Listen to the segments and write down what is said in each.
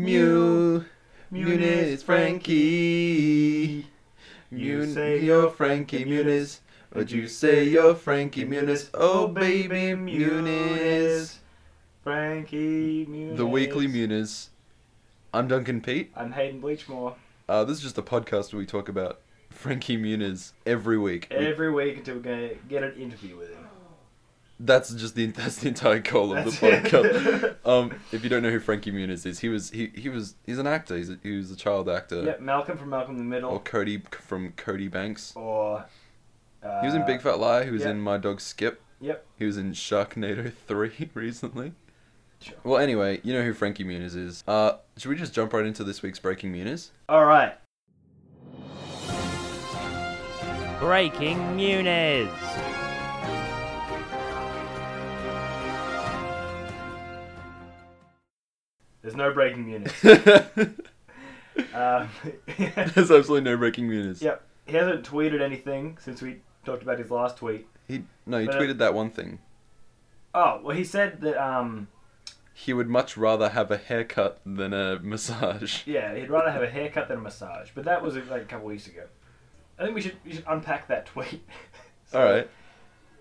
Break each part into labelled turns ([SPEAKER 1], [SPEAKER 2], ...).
[SPEAKER 1] Mew.
[SPEAKER 2] Muniz.
[SPEAKER 1] Muniz is Frankie.
[SPEAKER 2] You
[SPEAKER 1] You
[SPEAKER 2] say
[SPEAKER 1] say you're Frankie Muniz. Would you say you're Frankie Muniz? Oh, baby Muniz.
[SPEAKER 2] Frankie Muniz.
[SPEAKER 1] The Weekly Muniz. I'm Duncan Pete.
[SPEAKER 2] I'm Hayden Bleachmore.
[SPEAKER 1] Uh, this is just a podcast where we talk about Frankie Muniz every week. We-
[SPEAKER 2] Every week until we get, get an interview with him.
[SPEAKER 1] That's just the that's the entire goal of the
[SPEAKER 2] That's it.
[SPEAKER 1] podcast. um, if you don't know who Frankie Muniz is, he was he, he was he's an actor. He's a, he was a child actor.
[SPEAKER 2] Yep, Malcolm from Malcolm in the
[SPEAKER 1] Or
[SPEAKER 2] Middle.
[SPEAKER 1] Cody c- from Cody Banks.
[SPEAKER 2] Or. Uh,
[SPEAKER 1] He was in Big Fat Lie. He was
[SPEAKER 2] yeah.
[SPEAKER 1] in My Dog Skip.
[SPEAKER 2] Yep.
[SPEAKER 1] He was in Sharknado Three recently.
[SPEAKER 2] Sure.
[SPEAKER 1] Well, anyway, you know who Frankie Muniz is. Uh, should we just jump right into this week's Breaking Muniz?
[SPEAKER 2] Alright.
[SPEAKER 3] Breaking Muniz.
[SPEAKER 2] There's no breaking Muniz.
[SPEAKER 1] There's
[SPEAKER 2] um,
[SPEAKER 1] absolutely no Breaking Muniz.
[SPEAKER 2] yep. He hasn't tweeted anything since we talked about his last tweet.
[SPEAKER 1] He no, he
[SPEAKER 2] But, uh,
[SPEAKER 1] tweeted that one thing.
[SPEAKER 2] Oh, well, he said that, um,
[SPEAKER 1] He would much rather have a haircut than a massage.
[SPEAKER 2] yeah, he'd rather have a haircut than a massage. But that was like a couple weeks ago. I think we should, we should unpack that tweet. So,
[SPEAKER 1] All right.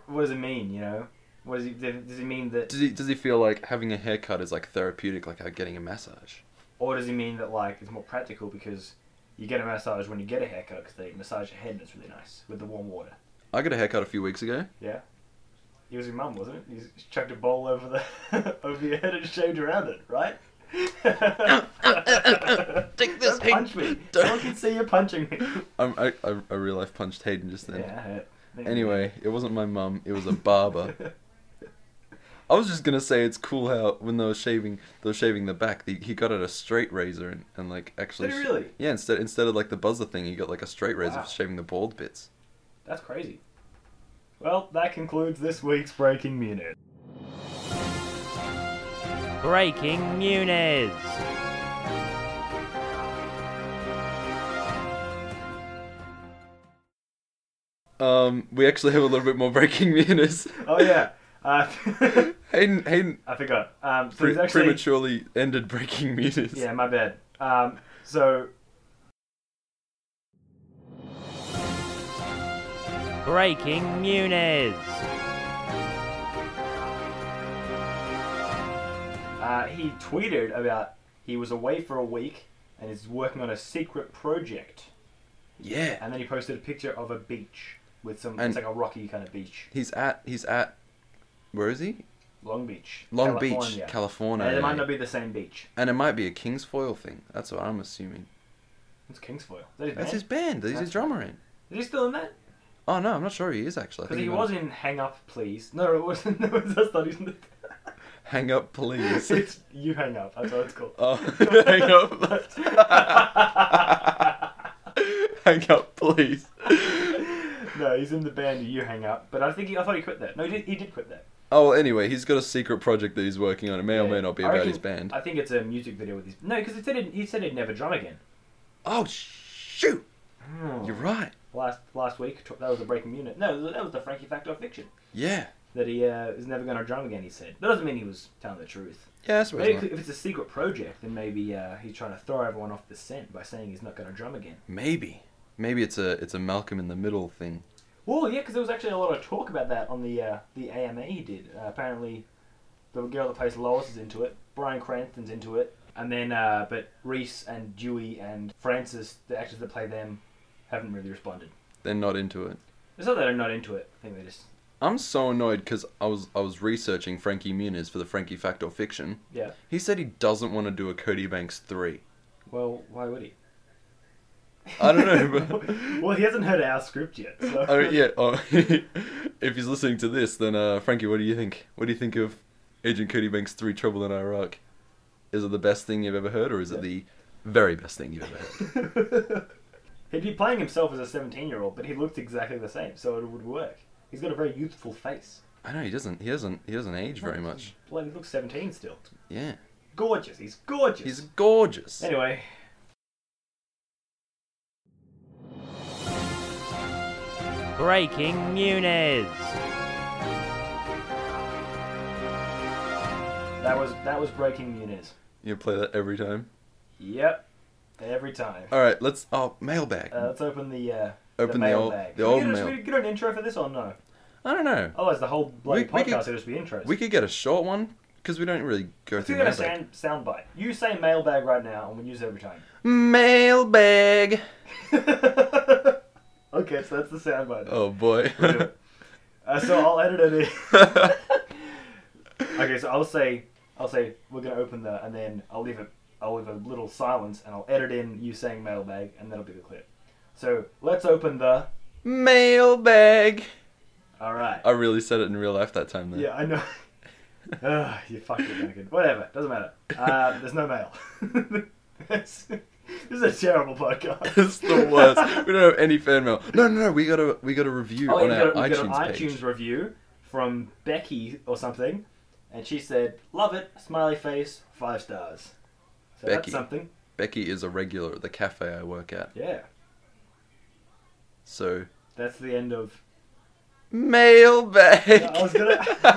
[SPEAKER 2] What does it mean, you know? What does, he, does it mean that.
[SPEAKER 1] Does he does he feel like having a haircut is like therapeutic, like uh, getting a massage?
[SPEAKER 2] Or does he mean that, like, it's more practical because you get a massage when you get a haircut because they massage your head and it's really nice with the warm water?
[SPEAKER 1] I got a haircut a few weeks ago.
[SPEAKER 2] It was your mum, wasn't it? You just chucked a bowl over the over your head and shaved around it, right?
[SPEAKER 1] Take this,
[SPEAKER 2] Don't punch me.
[SPEAKER 1] Don't-
[SPEAKER 2] Someone can see you punching me.
[SPEAKER 1] I'm, I, I I real life punched Hayden just then.
[SPEAKER 2] Yeah, I hurt.
[SPEAKER 1] Anyway, it wasn't my mum. It was a barber. I was just gonna say it's cool how when they were shaving, they were shaving the back. The, he got out a straight razor and, and like actually.
[SPEAKER 2] Did he
[SPEAKER 1] sh-
[SPEAKER 2] really?
[SPEAKER 1] Yeah. Instead instead of like the buzzer thing, he got like a straight razor
[SPEAKER 2] Wow.
[SPEAKER 1] for shaving the bald bits.
[SPEAKER 2] That's crazy. Well, that concludes this week's Breaking Munich.
[SPEAKER 3] Breaking Muniz.
[SPEAKER 1] Um, we actually have a little bit more breaking news.
[SPEAKER 2] Oh, yeah. Uh,
[SPEAKER 1] Hayden Hayden
[SPEAKER 2] I forgot. Um, so
[SPEAKER 1] pre-
[SPEAKER 2] he's actually...
[SPEAKER 1] prematurely ended breaking news.
[SPEAKER 2] Yeah, my bad. Um, so,
[SPEAKER 3] Breaking Muniz.
[SPEAKER 2] uh, he tweeted about he was away for a week and is working on a secret project.
[SPEAKER 1] Yeah.
[SPEAKER 2] And then he posted a picture of a beach with some...
[SPEAKER 1] And-
[SPEAKER 2] it's like a rocky kind of beach.
[SPEAKER 1] He's at he's at where is he?
[SPEAKER 2] Long Beach.
[SPEAKER 1] Long
[SPEAKER 2] California.
[SPEAKER 1] Beach, California.
[SPEAKER 2] And it might not be the same beach.
[SPEAKER 1] And it might be a King's Foil thing. That's what I'm assuming.
[SPEAKER 2] It's Kingsfoil. Is that his
[SPEAKER 1] That's
[SPEAKER 2] name?
[SPEAKER 1] his band. He's
[SPEAKER 2] That's-
[SPEAKER 1] his drummer in.
[SPEAKER 2] Is he still in that?
[SPEAKER 1] Oh no, I'm not sure he is actually. I
[SPEAKER 2] Because
[SPEAKER 1] think
[SPEAKER 2] he
[SPEAKER 1] might-
[SPEAKER 2] was in Hang Up Please. No, it wasn't. No, that's not even.
[SPEAKER 1] Hang up, please.
[SPEAKER 2] It's You Hang Up. That's what it's called.
[SPEAKER 1] oh, hang up. hang up, please.
[SPEAKER 2] no, he's in the band You Hang Up. But I think he, I thought he quit that. No, he did, he did quit that.
[SPEAKER 1] Oh, well, anyway, he's got a secret project that he's working on. It may or
[SPEAKER 2] Yeah.
[SPEAKER 1] may not be
[SPEAKER 2] I
[SPEAKER 1] about
[SPEAKER 2] reckon-
[SPEAKER 1] his band.
[SPEAKER 2] I think it's a music video with his. No, because he said he'd, he said he'd never drum again. Hmm.
[SPEAKER 1] Oh shoot! You're right.
[SPEAKER 2] Last last week tw- that was the breaking unit. No, that was the Frankie Factor fiction
[SPEAKER 1] Yeah.
[SPEAKER 2] that he uh, is never going to drum again. He said that doesn't mean he was telling the truth.
[SPEAKER 1] Yeah, I suppose
[SPEAKER 2] Maybe
[SPEAKER 1] not.
[SPEAKER 2] if it's a secret project, then maybe uh, he's trying to throw everyone off the scent by saying he's not going to drum again.
[SPEAKER 1] Maybe. Maybe it's a it's a Malcolm in the Middle thing.
[SPEAKER 2] Well, yeah, because there was actually a lot of talk about that on the uh, the AMA he did. Uh, apparently, the girl that plays Lois is into it. Brian Cranston's into it, and then uh, but Reese and Dewey and Francis, the actors that play them, haven't really responded.
[SPEAKER 1] They're not into it.
[SPEAKER 2] It's not that they're not into it. I think they just
[SPEAKER 1] I'm so annoyed because I was I was researching Frankie Muniz for the Frankie Fact or Fiction.
[SPEAKER 2] yeah.
[SPEAKER 1] He said he doesn't want to do a Cody Banks three.
[SPEAKER 2] Well, why would he?
[SPEAKER 1] I don't know.
[SPEAKER 2] well, he hasn't heard our script yet. So.
[SPEAKER 1] But, oh yeah. Oh, if he's listening to this, then uh, Frankie, what do you think? What do you think of Agent Cody Banks three Trouble in Iraq? Is it the best thing you've ever heard, or is
[SPEAKER 2] Yeah.
[SPEAKER 1] it the very best thing you've ever heard?
[SPEAKER 2] He'd be playing himself as a 17 year old, but he looked exactly the same, so it would work. He's got a very youthful face.
[SPEAKER 1] I know he doesn't. He doesn't. He doesn't age very much.
[SPEAKER 2] Bloody looks 17 still.
[SPEAKER 1] Yeah.
[SPEAKER 2] Gorgeous. He's gorgeous.
[SPEAKER 1] He's gorgeous.
[SPEAKER 2] Anyway,
[SPEAKER 3] Breaking Muniz.
[SPEAKER 2] that was that was breaking Muniz.
[SPEAKER 1] You play that every time.
[SPEAKER 2] Yep. Every time.
[SPEAKER 1] All right, let's. Oh, mailbag.
[SPEAKER 2] Uh, let's open the uh,
[SPEAKER 1] Open
[SPEAKER 2] the,
[SPEAKER 1] the old,
[SPEAKER 2] mailbag.
[SPEAKER 1] the
[SPEAKER 2] Should we
[SPEAKER 1] old
[SPEAKER 2] get a- should
[SPEAKER 1] mail.
[SPEAKER 2] we get an intro for this or no?
[SPEAKER 1] I don't know.
[SPEAKER 2] Otherwise, the whole bloody
[SPEAKER 1] We- we
[SPEAKER 2] podcast
[SPEAKER 1] could-
[SPEAKER 2] will just be intros.
[SPEAKER 1] We could get a short one because we don't really go
[SPEAKER 2] Let's do
[SPEAKER 1] through
[SPEAKER 2] that a
[SPEAKER 1] mailbag.
[SPEAKER 2] sound, sound bite. You say mailbag right now, and we use it every time.
[SPEAKER 1] Mailbag.
[SPEAKER 2] okay, so that's the sound bite.
[SPEAKER 1] Oh boy.
[SPEAKER 2] Brilliant. Uh, so I'll edit it in. okay, so I'll say, I'll say we're gonna open the, and then I'll leave it. I'll leave a little silence, and I'll edit in you saying mailbag, and that'll be the clip. So let's open the.
[SPEAKER 1] mailbag.
[SPEAKER 2] All right.
[SPEAKER 1] I really said it in real life that time. Then.
[SPEAKER 2] Yeah, I know. Ugh, you fucked it, Duncan. Whatever, doesn't matter. Uh, there's no mail. this is a terrible podcast.
[SPEAKER 1] it's the worst. we don't have any fan mail. No, no, no. We got a we got a review
[SPEAKER 2] Oh,
[SPEAKER 1] on
[SPEAKER 2] we
[SPEAKER 1] our
[SPEAKER 2] got, we got an
[SPEAKER 1] iTunes page.
[SPEAKER 2] iTunes review from Becky or something, and she said, "Love it, smiley face, five stars." So
[SPEAKER 1] Becky.
[SPEAKER 2] that's something.
[SPEAKER 1] Becky is a regular at the cafe I work at.
[SPEAKER 2] Yeah,
[SPEAKER 1] So
[SPEAKER 2] that's the end of.
[SPEAKER 1] mailbag.
[SPEAKER 2] I was gonna.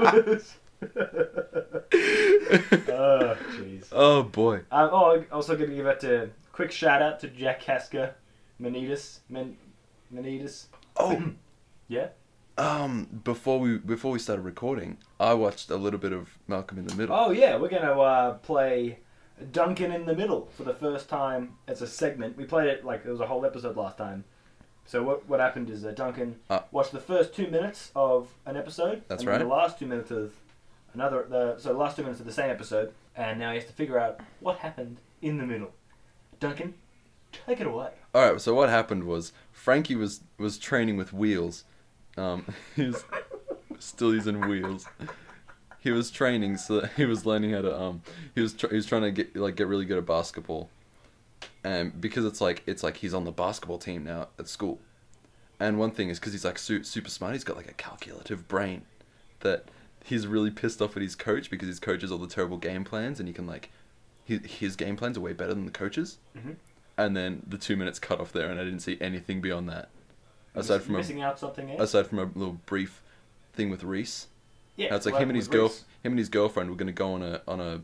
[SPEAKER 2] I was- oh jeez.
[SPEAKER 1] oh boy.
[SPEAKER 2] Um, oh, I'm also gonna give out a quick shout out to Jack Casca, Menedis, Men, Menedis.
[SPEAKER 1] Oh.
[SPEAKER 2] Yeah.
[SPEAKER 1] Um. Before we before we started recording, I watched a little bit of Malcolm in the Middle.
[SPEAKER 2] Oh yeah, we're gonna uh, play Duncan in the Middle for the first time as a segment. We played it like it was a whole episode last time. So what what happened is uh, Duncan
[SPEAKER 1] Ah.
[SPEAKER 2] watched the first two minutes of an episode.
[SPEAKER 1] That's
[SPEAKER 2] and then
[SPEAKER 1] right.
[SPEAKER 2] The last two minutes of another. The, so the last two minutes of the same episode, and now he has to figure out what happened in the middle. Duncan, take it away.
[SPEAKER 1] All right. So what happened was Frankie was was training with wheels. Um, he was still using wheels. He was training, so that he was learning how to. Um, he was tr- he was trying to get like get really good at basketball, and because it's like it's like he's on the basketball team now at school. And one thing is because he's like su- super smart, he's got like a calculative brain, that he's really pissed off at his coach because his coach has all the terrible game plans, and he can like, his his game plans are way better than the coach's
[SPEAKER 2] Mm-hmm.
[SPEAKER 1] and then the two minutes cut off there, and I didn't see anything beyond that, aside
[SPEAKER 2] Miss-
[SPEAKER 1] from a,
[SPEAKER 2] missing out something. eh? Here?
[SPEAKER 1] aside from a little brief thing with Reese.
[SPEAKER 2] yeah,
[SPEAKER 1] Now it's like
[SPEAKER 2] what
[SPEAKER 1] him and
[SPEAKER 2] happened
[SPEAKER 1] his
[SPEAKER 2] with
[SPEAKER 1] girl,
[SPEAKER 2] Reese.
[SPEAKER 1] him and his girlfriend were gonna go on a on a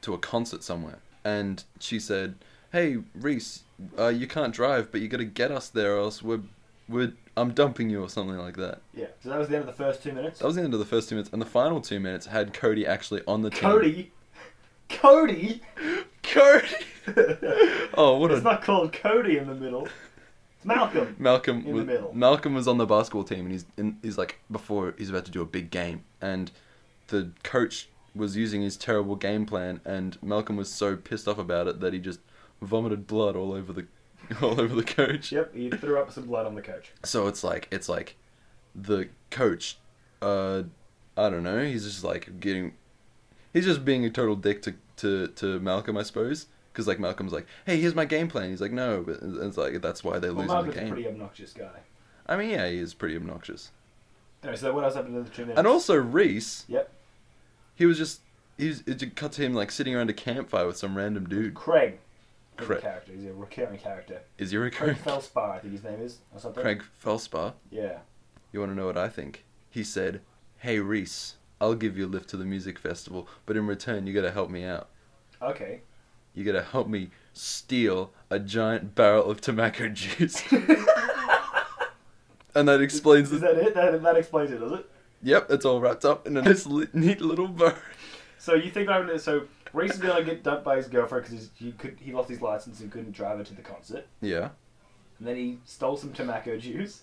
[SPEAKER 1] to a concert somewhere, and she said, "Hey Reese, uh, you can't drive, but you gotta get us there, or else we're we're I'm dumping you or something like that."
[SPEAKER 2] Yeah, so that was the end of the first two minutes.
[SPEAKER 1] That was the end of the first two minutes, and the final two minutes had Cody actually on the team.
[SPEAKER 2] Cody, Cody.
[SPEAKER 1] Cody. oh, what
[SPEAKER 2] It's
[SPEAKER 1] a
[SPEAKER 2] not called Cody in the middle. It's Malcolm.
[SPEAKER 1] Malcolm
[SPEAKER 2] In
[SPEAKER 1] was,
[SPEAKER 2] the middle.
[SPEAKER 1] Malcolm was on the basketball team, and he's in, he's like before he's about to do a big game, and the coach was using his terrible game plan, and Malcolm was so pissed off about it that he just vomited blood all over the all over the coach.
[SPEAKER 2] Yep, he threw up some blood on the coach.
[SPEAKER 1] So it's like it's like the coach, uh, I don't know. He's just like getting, he's just being a total dick to to to Malcolm, I suppose. Because like Malcolm's like, hey, here's my game plan. He's like, no, but it's like that's why they're
[SPEAKER 2] Well,
[SPEAKER 1] losing
[SPEAKER 2] Malcolm's
[SPEAKER 1] the
[SPEAKER 2] a
[SPEAKER 1] game.
[SPEAKER 2] pretty obnoxious guy.
[SPEAKER 1] I mean, yeah, he is pretty obnoxious.
[SPEAKER 2] Anyway, so what else happened in the two minutes?
[SPEAKER 1] And also Reese,
[SPEAKER 2] Yep,
[SPEAKER 1] he was just he was, it just cut to him like sitting around a campfire with some random dude.
[SPEAKER 2] Craig. is a
[SPEAKER 1] Craig.
[SPEAKER 2] character. He's a recurring character.
[SPEAKER 1] Is he
[SPEAKER 2] Craig
[SPEAKER 1] recurring?
[SPEAKER 2] Felspar, I think his name is, or something.
[SPEAKER 1] Craig Felspar.
[SPEAKER 2] Yeah.
[SPEAKER 1] You want to know what I think? He said, "Hey Reese, I'll give you a lift to the music festival, but in return you got to help me out.
[SPEAKER 2] Okay.
[SPEAKER 1] You got to help me steal a giant barrel of tobacco juice." and that explains
[SPEAKER 2] Is
[SPEAKER 1] the
[SPEAKER 2] that it? That, that explains it, does it?
[SPEAKER 1] Yep, it's all wrapped up in a nice li- neat little bow.
[SPEAKER 2] So you think about it. So Reese is gonna get dumped by his girlfriend because he could he lost his license and couldn't drive her to the concert.
[SPEAKER 1] Yeah.
[SPEAKER 2] And then he stole some tobacco juice.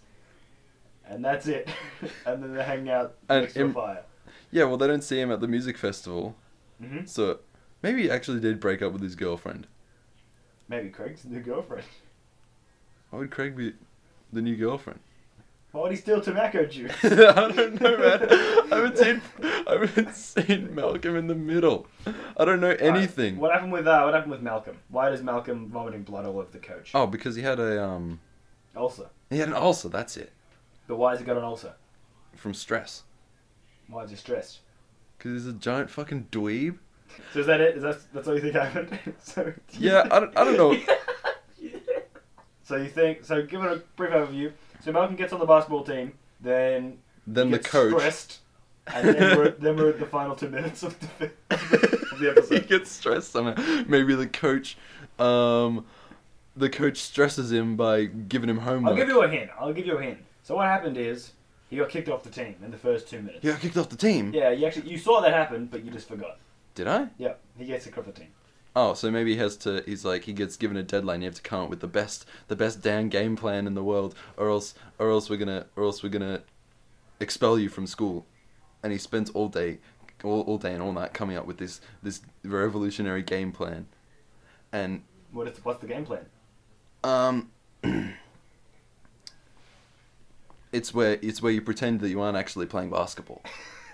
[SPEAKER 2] And that's it. and then they're hanging out
[SPEAKER 1] And
[SPEAKER 2] next to a
[SPEAKER 1] im-
[SPEAKER 2] fire.
[SPEAKER 1] Yeah, well they don't see him at the music festival.
[SPEAKER 2] Mhm.
[SPEAKER 1] So maybe he actually did break up with his girlfriend.
[SPEAKER 2] Maybe Craig's new girlfriend.
[SPEAKER 1] Why would Craig be the new girlfriend?
[SPEAKER 2] Why would he steal tobacco juice?
[SPEAKER 1] I don't know, man. I haven't seen I haven't seen Malcolm in the middle. I don't know anything.
[SPEAKER 2] What happened with uh, what happened with Malcolm? Why does Malcolm vomiting blood all over the coach?
[SPEAKER 1] Oh, because he had a um
[SPEAKER 2] Ulcer.
[SPEAKER 1] he had an ulcer. That's it
[SPEAKER 2] But why has he got an ulcer?
[SPEAKER 1] from stress.
[SPEAKER 2] Why is he stressed?
[SPEAKER 1] Because he's a giant fucking dweeb.
[SPEAKER 2] So is that it? Is that that's all you think happened? so
[SPEAKER 1] Yeah, I don't, I don't know.
[SPEAKER 2] so you think? So give it a brief overview. So Malcolm gets on the basketball team, then
[SPEAKER 1] Then the
[SPEAKER 2] gets
[SPEAKER 1] coach.
[SPEAKER 2] stressed, and then we're, then we're at the final two minutes of the, of the of the
[SPEAKER 1] he
[SPEAKER 2] episode.
[SPEAKER 1] gets stressed somehow. Maybe the coach, um, the coach stresses him by giving him homework.
[SPEAKER 2] I'll give you a hint. I'll give you a hint. So what happened is he got kicked off the team in the first two minutes.
[SPEAKER 1] he got kicked off the team.
[SPEAKER 2] Yeah, you actually you saw that happen, but you just forgot.
[SPEAKER 1] Did I?
[SPEAKER 2] Yeah, he gets kicked off the team.
[SPEAKER 1] Oh, so maybe he has to. He's like he gets given a deadline. You have to come up with the best, the best damn game plan in the world, or else, or else we're gonna, or else we're gonna expel you from school. And he spends all day, all, all day and all night coming up with this this revolutionary game plan. And
[SPEAKER 2] What is what's the game plan?
[SPEAKER 1] um, it's where it's where you pretend that you aren't actually playing basketball.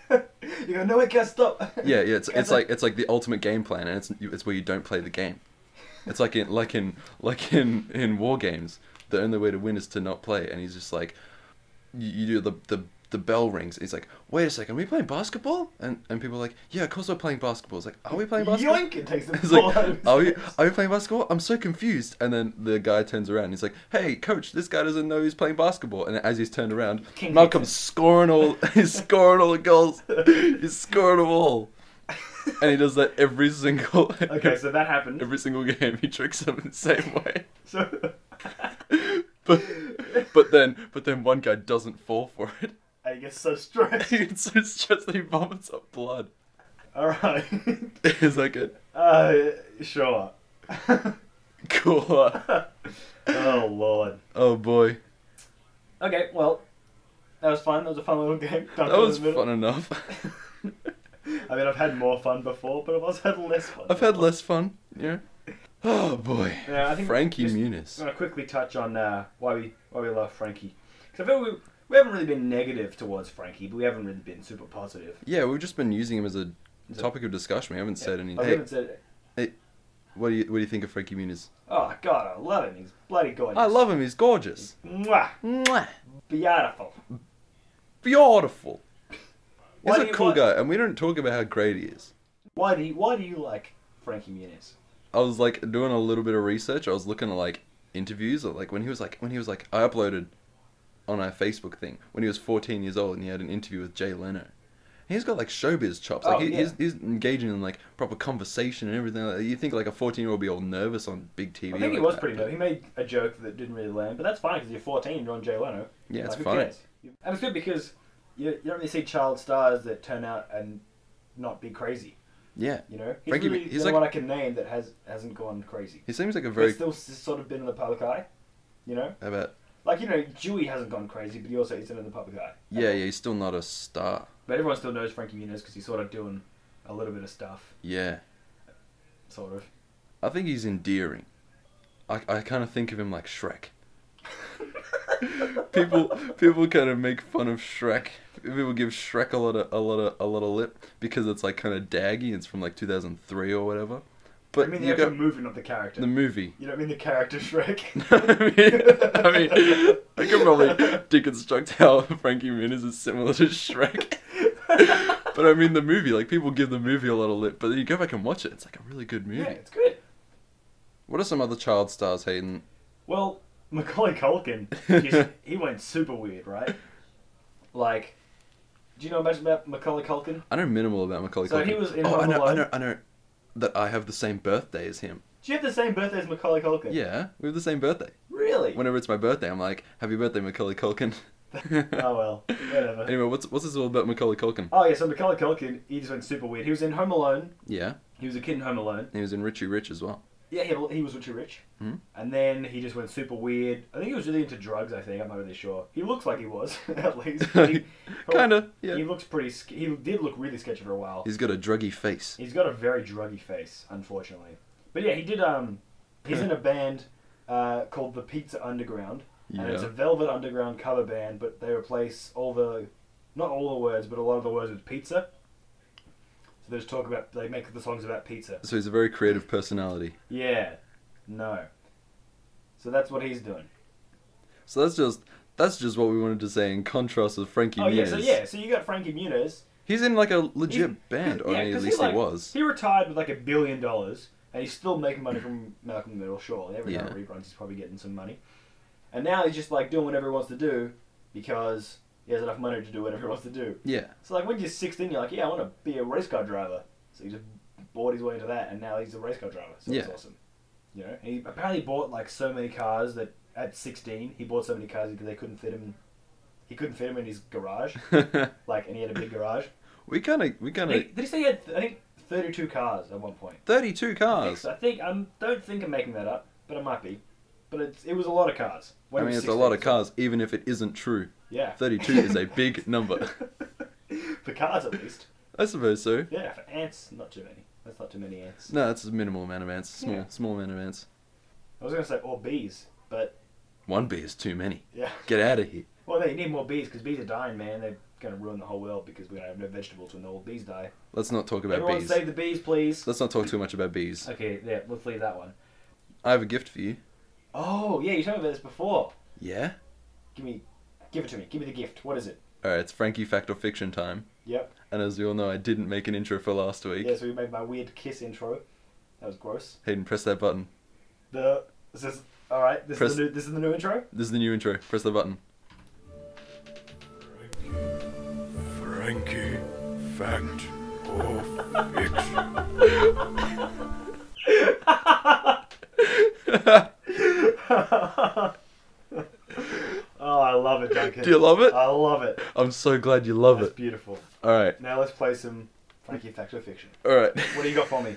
[SPEAKER 2] You go, no, it can't stop.
[SPEAKER 1] Yeah, yeah. It's,
[SPEAKER 2] Can't
[SPEAKER 1] it's
[SPEAKER 2] stop."
[SPEAKER 1] like it's like the ultimate game plan, and it's it's where you don't play the game. It's like in like in like in in war games, the only way to win is to not play. And he's just like, you, you do the the the bell rings. He's like, wait a second, are we playing basketball? And and people are like, yeah, of course we're playing basketball. It's like, are we playing basketball?
[SPEAKER 2] Yoink! It takes the
[SPEAKER 1] It's
[SPEAKER 2] ball out of
[SPEAKER 1] like,
[SPEAKER 2] his
[SPEAKER 1] are we,
[SPEAKER 2] hands.
[SPEAKER 1] are we playing basketball? I'm so confused. And then the guy turns around. He's like, hey, coach, this guy doesn't know he's playing basketball. And as he's turned around,
[SPEAKER 2] King
[SPEAKER 1] Malcolm's
[SPEAKER 2] Vincent.
[SPEAKER 1] scoring all, he's scoring all the goals. He's scoring them all. And he does that every single,
[SPEAKER 2] Okay, so that happened.
[SPEAKER 1] every single game. He tricks them in the same way.
[SPEAKER 2] So
[SPEAKER 1] But, but then, but then one guy doesn't fall for it.
[SPEAKER 2] I get so stressed.
[SPEAKER 1] It's just that he vomits up blood.
[SPEAKER 2] All right.
[SPEAKER 1] It's like a
[SPEAKER 2] Uh, sure.
[SPEAKER 1] cool.
[SPEAKER 2] Oh lord.
[SPEAKER 1] Oh boy,
[SPEAKER 2] Okay, well, that was fun. That was a fun little game. Dunked
[SPEAKER 1] that
[SPEAKER 2] it in
[SPEAKER 1] was
[SPEAKER 2] the middle.
[SPEAKER 1] fun enough.
[SPEAKER 2] I mean, I've had more fun before, but I've also had less fun.
[SPEAKER 1] I've had less fun, you know. Oh boy.
[SPEAKER 2] Yeah, I think
[SPEAKER 1] Frankie
[SPEAKER 2] just- I'm
[SPEAKER 1] Muniz.
[SPEAKER 2] going to quickly touch on uh, why we why we love Frankie. Because I feel we, we haven't really been negative towards Frankie, but we haven't really been super positive.
[SPEAKER 1] Yeah, we've just been using him as a
[SPEAKER 2] Is it-
[SPEAKER 1] topic of discussion. We haven't said
[SPEAKER 2] I
[SPEAKER 1] any.
[SPEAKER 2] haven't
[SPEAKER 1] Hey,
[SPEAKER 2] said-
[SPEAKER 1] what do you what do you think of Frankie Muniz?
[SPEAKER 2] oh God, I love him. He's bloody gorgeous.
[SPEAKER 1] I love him. He's gorgeous.
[SPEAKER 2] Mwah,
[SPEAKER 1] Mwah.
[SPEAKER 2] beautiful.
[SPEAKER 1] Beautiful. He's
[SPEAKER 2] Why do
[SPEAKER 1] a
[SPEAKER 2] you
[SPEAKER 1] cool
[SPEAKER 2] want-
[SPEAKER 1] guy, and we don't talk about how great he is.
[SPEAKER 2] Why do you, why do you like Frankie Muniz?
[SPEAKER 1] I was like doing a little bit of research. I was looking at like interviews, or like when he was like when he was like I uploaded on our Facebook thing when he was 14 years old, and he had an interview with Jay Leno. He's got like showbiz chops. Like
[SPEAKER 2] Oh,
[SPEAKER 1] he,
[SPEAKER 2] yeah.
[SPEAKER 1] he's, he's engaging in like proper conversation and everything. Like, you think like a 14 year old be all nervous on big TV?
[SPEAKER 2] I think he
[SPEAKER 1] like
[SPEAKER 2] was
[SPEAKER 1] that,
[SPEAKER 2] pretty
[SPEAKER 1] but-
[SPEAKER 2] nervous. He made a joke that didn't really land, but that's fine because you're 14 and you're on Jay Leno.
[SPEAKER 1] Yeah, it's
[SPEAKER 2] who
[SPEAKER 1] fine.
[SPEAKER 2] cares? And it's good because you, you don't really see child stars that turn out and not be crazy.
[SPEAKER 1] Yeah,
[SPEAKER 2] You know, he's
[SPEAKER 1] Frankie-
[SPEAKER 2] really
[SPEAKER 1] he's
[SPEAKER 2] the only
[SPEAKER 1] like-
[SPEAKER 2] one I can name that has hasn't gone crazy.
[SPEAKER 1] he seems like a very
[SPEAKER 2] Very... But still, s- sort of been in the public eye. You know,
[SPEAKER 1] about
[SPEAKER 2] like you know, Dewey hasn't gone crazy, but he also isn't in the public eye.
[SPEAKER 1] yeah yeah. He's still not a star.
[SPEAKER 2] But everyone still knows Frankie Muniz because he's sort of doing a little bit of stuff,
[SPEAKER 1] Yeah,
[SPEAKER 2] sort of.
[SPEAKER 1] I think he's endearing. I I kind of think of him like Shrek. people people kind of make fun of Shrek. People give Shrek a lot of a lot of a lot of lip because it's like kind of daggy. It's from like 2003 or whatever. But
[SPEAKER 2] I mean, the
[SPEAKER 1] you
[SPEAKER 2] actual
[SPEAKER 1] got
[SPEAKER 2] movement of the character.
[SPEAKER 1] the movie.
[SPEAKER 2] You know what I mean? The character Shrek.
[SPEAKER 1] I mean, I mean, I can probably deconstruct how Frankie Muniz is similar to Shrek. but I mean, the movie. Like people give the movie a lot of lip, but then you go back and watch it. It's like a really good movie.
[SPEAKER 2] yeah, it's good.
[SPEAKER 1] What are some other child stars, Hayden?
[SPEAKER 2] Well, Macaulay Culkin, just, he went super weird, right? Like, do you know much about Macaulay Culkin?
[SPEAKER 1] I know minimal about Macaulay
[SPEAKER 2] So
[SPEAKER 1] Culkin.
[SPEAKER 2] he was in
[SPEAKER 1] oh, I
[SPEAKER 2] Home
[SPEAKER 1] know, I
[SPEAKER 2] Alone.
[SPEAKER 1] know, I know that I have the same birthday as him.
[SPEAKER 2] Do you have the same birthday as Macaulay Culkin?
[SPEAKER 1] Yeah, we have the same birthday.
[SPEAKER 2] Really?
[SPEAKER 1] Whenever it's my birthday, I'm like, "Happy birthday, Macaulay Culkin."
[SPEAKER 2] oh well, whatever.
[SPEAKER 1] anyway, what's what's this all about Macaulay Culkin?
[SPEAKER 2] Oh yeah, so Macaulay Culkin, he just went super weird. He was in Home Alone.
[SPEAKER 1] Yeah,
[SPEAKER 2] He was a kid in Home Alone.
[SPEAKER 1] he was in Richie Rich as well.
[SPEAKER 2] Yeah, he, he was Richie Rich.
[SPEAKER 1] Hmm.
[SPEAKER 2] And then he just went super weird. I think he was really into drugs. I think I'm not really sure. He looks like he was at least. He,
[SPEAKER 1] kind of. Yeah,
[SPEAKER 2] He looks pretty. ske- He did look really sketchy for a while.
[SPEAKER 1] he's got a druggy face.
[SPEAKER 2] He's got a very druggy face, unfortunately. But yeah, he did. Um, he's in a band uh, called the Pizza Underground, and it's a
[SPEAKER 1] Yeah,
[SPEAKER 2] Velvet Underground cover band. But they replace all the, not all the words, but a lot of the words with pizza. So they just talk about. They make the songs about pizza.
[SPEAKER 1] so he's a very creative personality.
[SPEAKER 2] Yeah, no. So that's what he's doing.
[SPEAKER 1] So that's just that's just what we wanted to say in contrast with Frankie
[SPEAKER 2] oh yeah,
[SPEAKER 1] Muniz.
[SPEAKER 2] so yeah, so you got Frankie Muniz.
[SPEAKER 1] He's in like a legit
[SPEAKER 2] He's-
[SPEAKER 1] band, or
[SPEAKER 2] yeah,
[SPEAKER 1] at
[SPEAKER 2] 'cause
[SPEAKER 1] least
[SPEAKER 2] he, like,
[SPEAKER 1] he was.
[SPEAKER 2] He retired with like a billion dollars, and he's still making money from Malcolm in the Middle. Surely every time
[SPEAKER 1] Yeah.
[SPEAKER 2] it reruns, he's probably getting some money. And now he's just like doing whatever he wants to do because he has enough money to do whatever he wants to do.
[SPEAKER 1] Yeah.
[SPEAKER 2] So like when you're 16, you're like, yeah, I want to be a race car driver. So you just bought his way into that, and now he's a race car driver. So it's
[SPEAKER 1] Yeah.
[SPEAKER 2] awesome. You know, he apparently bought like so many cars that at 16 he bought so many cars because they couldn't fit him. He couldn't fit him in his garage, like, and he had a big garage.
[SPEAKER 1] we kind of we kind
[SPEAKER 2] I
[SPEAKER 1] of
[SPEAKER 2] think, did he say he had? I think 32 cars at one point.
[SPEAKER 1] thirty-two
[SPEAKER 2] I think,
[SPEAKER 1] cars.
[SPEAKER 2] so. I think I don't think I'm making that up, but I might be. But it's, it was a lot of cars.
[SPEAKER 1] I
[SPEAKER 2] When he
[SPEAKER 1] mean,
[SPEAKER 2] was
[SPEAKER 1] it's a lot of
[SPEAKER 2] 16,
[SPEAKER 1] cars, even if it isn't true.
[SPEAKER 2] so- Yeah,
[SPEAKER 1] Thirty-two is a big number.
[SPEAKER 2] for cars at least.
[SPEAKER 1] I suppose so.
[SPEAKER 2] Yeah, for ants, not too many. That's not too many ants.
[SPEAKER 1] No, that's a minimal amount of ants. Small,
[SPEAKER 2] Yeah.
[SPEAKER 1] small amount of ants.
[SPEAKER 2] I was gonna say or bees, but
[SPEAKER 1] One bee is too many.
[SPEAKER 2] yeah.
[SPEAKER 1] Get out of here.
[SPEAKER 2] Well, no, you need more bees because bees are dying, man. They're gonna ruin the whole world because we don't have no vegetables when all the bees die.
[SPEAKER 1] Let's not talk about
[SPEAKER 2] Everyone
[SPEAKER 1] bees.
[SPEAKER 2] save the bees, please.
[SPEAKER 1] Let's not talk too much about bees.
[SPEAKER 2] Okay, yeah, let's leave that one.
[SPEAKER 1] I have a gift for you.
[SPEAKER 2] Oh yeah, you told me about this before.
[SPEAKER 1] Yeah?
[SPEAKER 2] Give me, give it to me. Give me the gift. What is it?
[SPEAKER 1] Alright, it's Frankie Fact or Fiction time.
[SPEAKER 2] Yep.
[SPEAKER 1] And as you all know, I didn't make an intro for last week.
[SPEAKER 2] Yeah, so we made my weird kiss intro. That was gross.
[SPEAKER 1] Hayden, press that button.
[SPEAKER 2] The this is all right. This
[SPEAKER 1] Press-
[SPEAKER 2] is the new. This is the new intro.
[SPEAKER 1] This is the new intro. Press the button.
[SPEAKER 4] Frankie, fact or fiction?
[SPEAKER 2] Oh, I love it, Duncan.
[SPEAKER 1] Do you love it?
[SPEAKER 2] I love it.
[SPEAKER 1] I'm so glad you love
[SPEAKER 2] That's
[SPEAKER 1] it.
[SPEAKER 2] beautiful.
[SPEAKER 1] Alright.
[SPEAKER 2] Now let's play some Frankie Fact or Fiction.
[SPEAKER 1] Alright.
[SPEAKER 2] What do you got for me?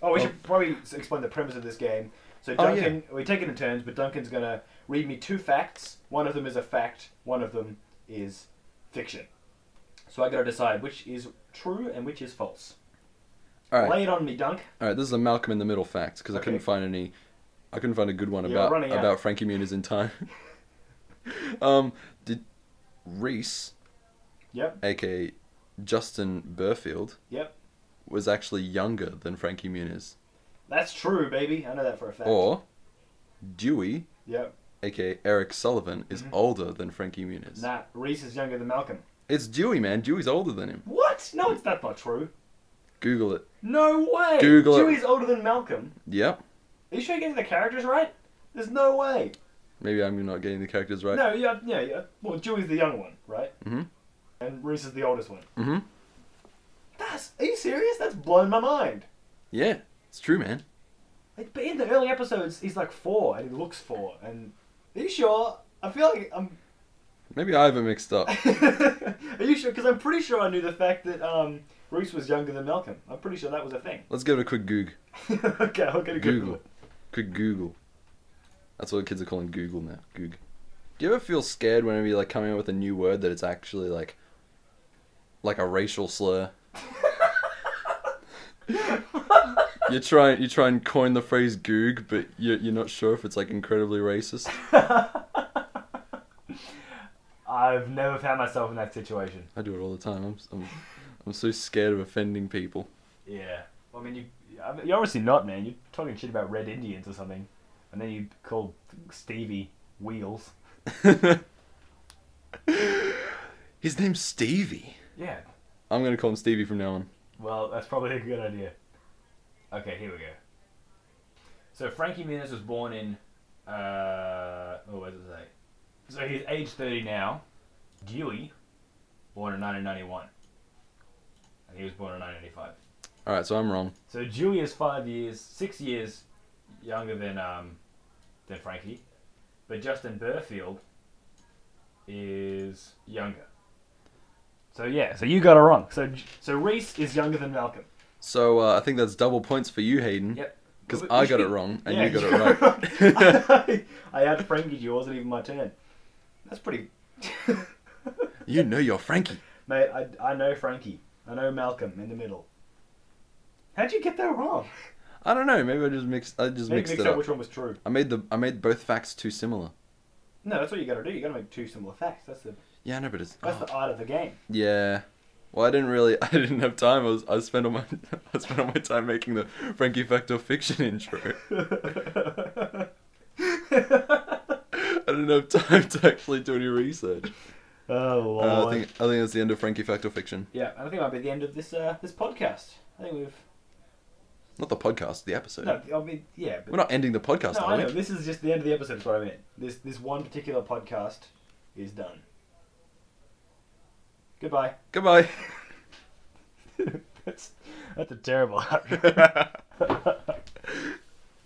[SPEAKER 2] Oh, we should probably s- explain the premise of this game. So
[SPEAKER 1] Oh, yeah.
[SPEAKER 2] Duncan, we take it in turns, but Duncan's gonna read me two facts. One of them is a fact. One of them is fiction. So I gotta decide which is true and which is false. Lay
[SPEAKER 1] Alright.
[SPEAKER 2] it on me, Dunk.
[SPEAKER 1] Alright, this is a Malcolm in the Middle fact, because I
[SPEAKER 2] Okay.
[SPEAKER 1] couldn't find any I couldn't find a good one
[SPEAKER 2] Yeah,
[SPEAKER 1] about
[SPEAKER 2] running out.
[SPEAKER 1] about Frankie Muniz in time. um did Reese,
[SPEAKER 2] Yep.
[SPEAKER 1] aka Justin Burfield,
[SPEAKER 2] Yep.
[SPEAKER 1] was actually younger than Frankie Muniz.
[SPEAKER 2] That's true, baby. I know that for a fact.
[SPEAKER 1] Or Dewey,
[SPEAKER 2] Yep.
[SPEAKER 1] aka Eric Sullivan, is older than Frankie Muniz.
[SPEAKER 2] Mm-hmm. Nah, Reese is younger than Malcolm.
[SPEAKER 1] It's Dewey, man. Dewey's older than him.
[SPEAKER 2] What? No, it's that's not true.
[SPEAKER 1] Google it.
[SPEAKER 2] No way.
[SPEAKER 1] Google it.
[SPEAKER 2] Dewey's older than Malcolm.
[SPEAKER 1] Yep.
[SPEAKER 2] Are you sure you're getting the characters right? There's no way.
[SPEAKER 1] Maybe I'm not getting the characters right.
[SPEAKER 2] No, yeah, yeah, yeah. Well, Dewey's the young one, right?
[SPEAKER 1] Mhm.
[SPEAKER 2] And Reese is the oldest one.
[SPEAKER 1] Mhm.
[SPEAKER 2] That's. Are you serious? That's blown my mind.
[SPEAKER 1] Yeah, it's true, man.
[SPEAKER 2] Like, But in the early episodes, he's like four, and he looks four. And are you sure? I feel like I'm.
[SPEAKER 1] Maybe I have it mixed up.
[SPEAKER 2] are you sure? Because I'm pretty sure I knew the fact that um, Reese was younger than Malcolm. I'm pretty sure that was a thing.
[SPEAKER 1] Let's give it a quick goog.
[SPEAKER 2] okay, I'll get a Google.
[SPEAKER 1] Google. Quick Google. That's what kids are calling Google now. Goog. Do you ever feel scared whenever you're like coming up with a new word that it's actually like, like a racial slur? you try you try and coin the phrase "goog," but you're you're not sure if it's like incredibly racist.
[SPEAKER 2] I've never found myself in that situation.
[SPEAKER 1] I do it all the time. I'm I'm, I'm so scared of offending people.
[SPEAKER 2] Yeah. I mean, you, I mean, you're obviously not, man. You're talking shit about red Indians or something. And then you call Stevie Wheels.
[SPEAKER 1] His name's Stevie.
[SPEAKER 2] Yeah.
[SPEAKER 1] I'm gonna call him Stevie from now on.
[SPEAKER 2] Well, that's probably a good idea. Okay, here we go. So Frankie Muniz was born in. Uh, oh, what does it say? So he's age 30 now. Dewey, born in 1991. And he was born in 1985.
[SPEAKER 1] All right, so I'm wrong.
[SPEAKER 2] So Dewey is five years, six years younger than um, than Frankie, but Justin Burfield is younger. So yeah, so you got it wrong. So J- so Reese is younger than Malcolm.
[SPEAKER 1] So uh, I think that's double points for you, Hayden.
[SPEAKER 2] Yep.
[SPEAKER 1] Because
[SPEAKER 2] We- we
[SPEAKER 1] I
[SPEAKER 2] should
[SPEAKER 1] got it
[SPEAKER 2] be-
[SPEAKER 1] wrong and
[SPEAKER 2] Yeah,
[SPEAKER 1] you got it
[SPEAKER 2] you
[SPEAKER 1] right.
[SPEAKER 2] right. I had Frankie. You wasn't even my turn. That's pretty.
[SPEAKER 1] You know you're Frankie.
[SPEAKER 2] Mate, I, I know Frankie. I know Malcolm in the middle. How'd you get that wrong?
[SPEAKER 1] I don't know. Maybe I just mixed. I just
[SPEAKER 2] Maybe
[SPEAKER 1] mixed
[SPEAKER 2] mix
[SPEAKER 1] it
[SPEAKER 2] up
[SPEAKER 1] up.
[SPEAKER 2] which one was true.
[SPEAKER 1] I made the. I made both facts too similar.
[SPEAKER 2] No, that's what you got to do. You got to make two similar facts. That's the
[SPEAKER 1] Yeah, I know, but it's.
[SPEAKER 2] that's
[SPEAKER 1] oh,
[SPEAKER 2] the art of the game.
[SPEAKER 1] yeah. Well, I didn't really. I didn't have time. I was. I spent all my. I spent all my time making the Frankie Fact or Fiction intro. I didn't have time to actually do any research.
[SPEAKER 2] Oh
[SPEAKER 1] Uh, I think. I think that's the end of Frankie Fact or Fiction.
[SPEAKER 2] yeah, and I think it might be the end of this uh, this podcast. I think we've
[SPEAKER 1] Not the podcast. The episode.
[SPEAKER 2] no, I mean yeah,
[SPEAKER 1] We're
[SPEAKER 2] but
[SPEAKER 1] not ending the podcast,
[SPEAKER 2] no,
[SPEAKER 1] are
[SPEAKER 2] I
[SPEAKER 1] we?
[SPEAKER 2] know this is just the end of the episode. Is what I meant. This this one particular podcast is done. Goodbye.
[SPEAKER 1] Goodbye.
[SPEAKER 2] that's That's a terrible outro.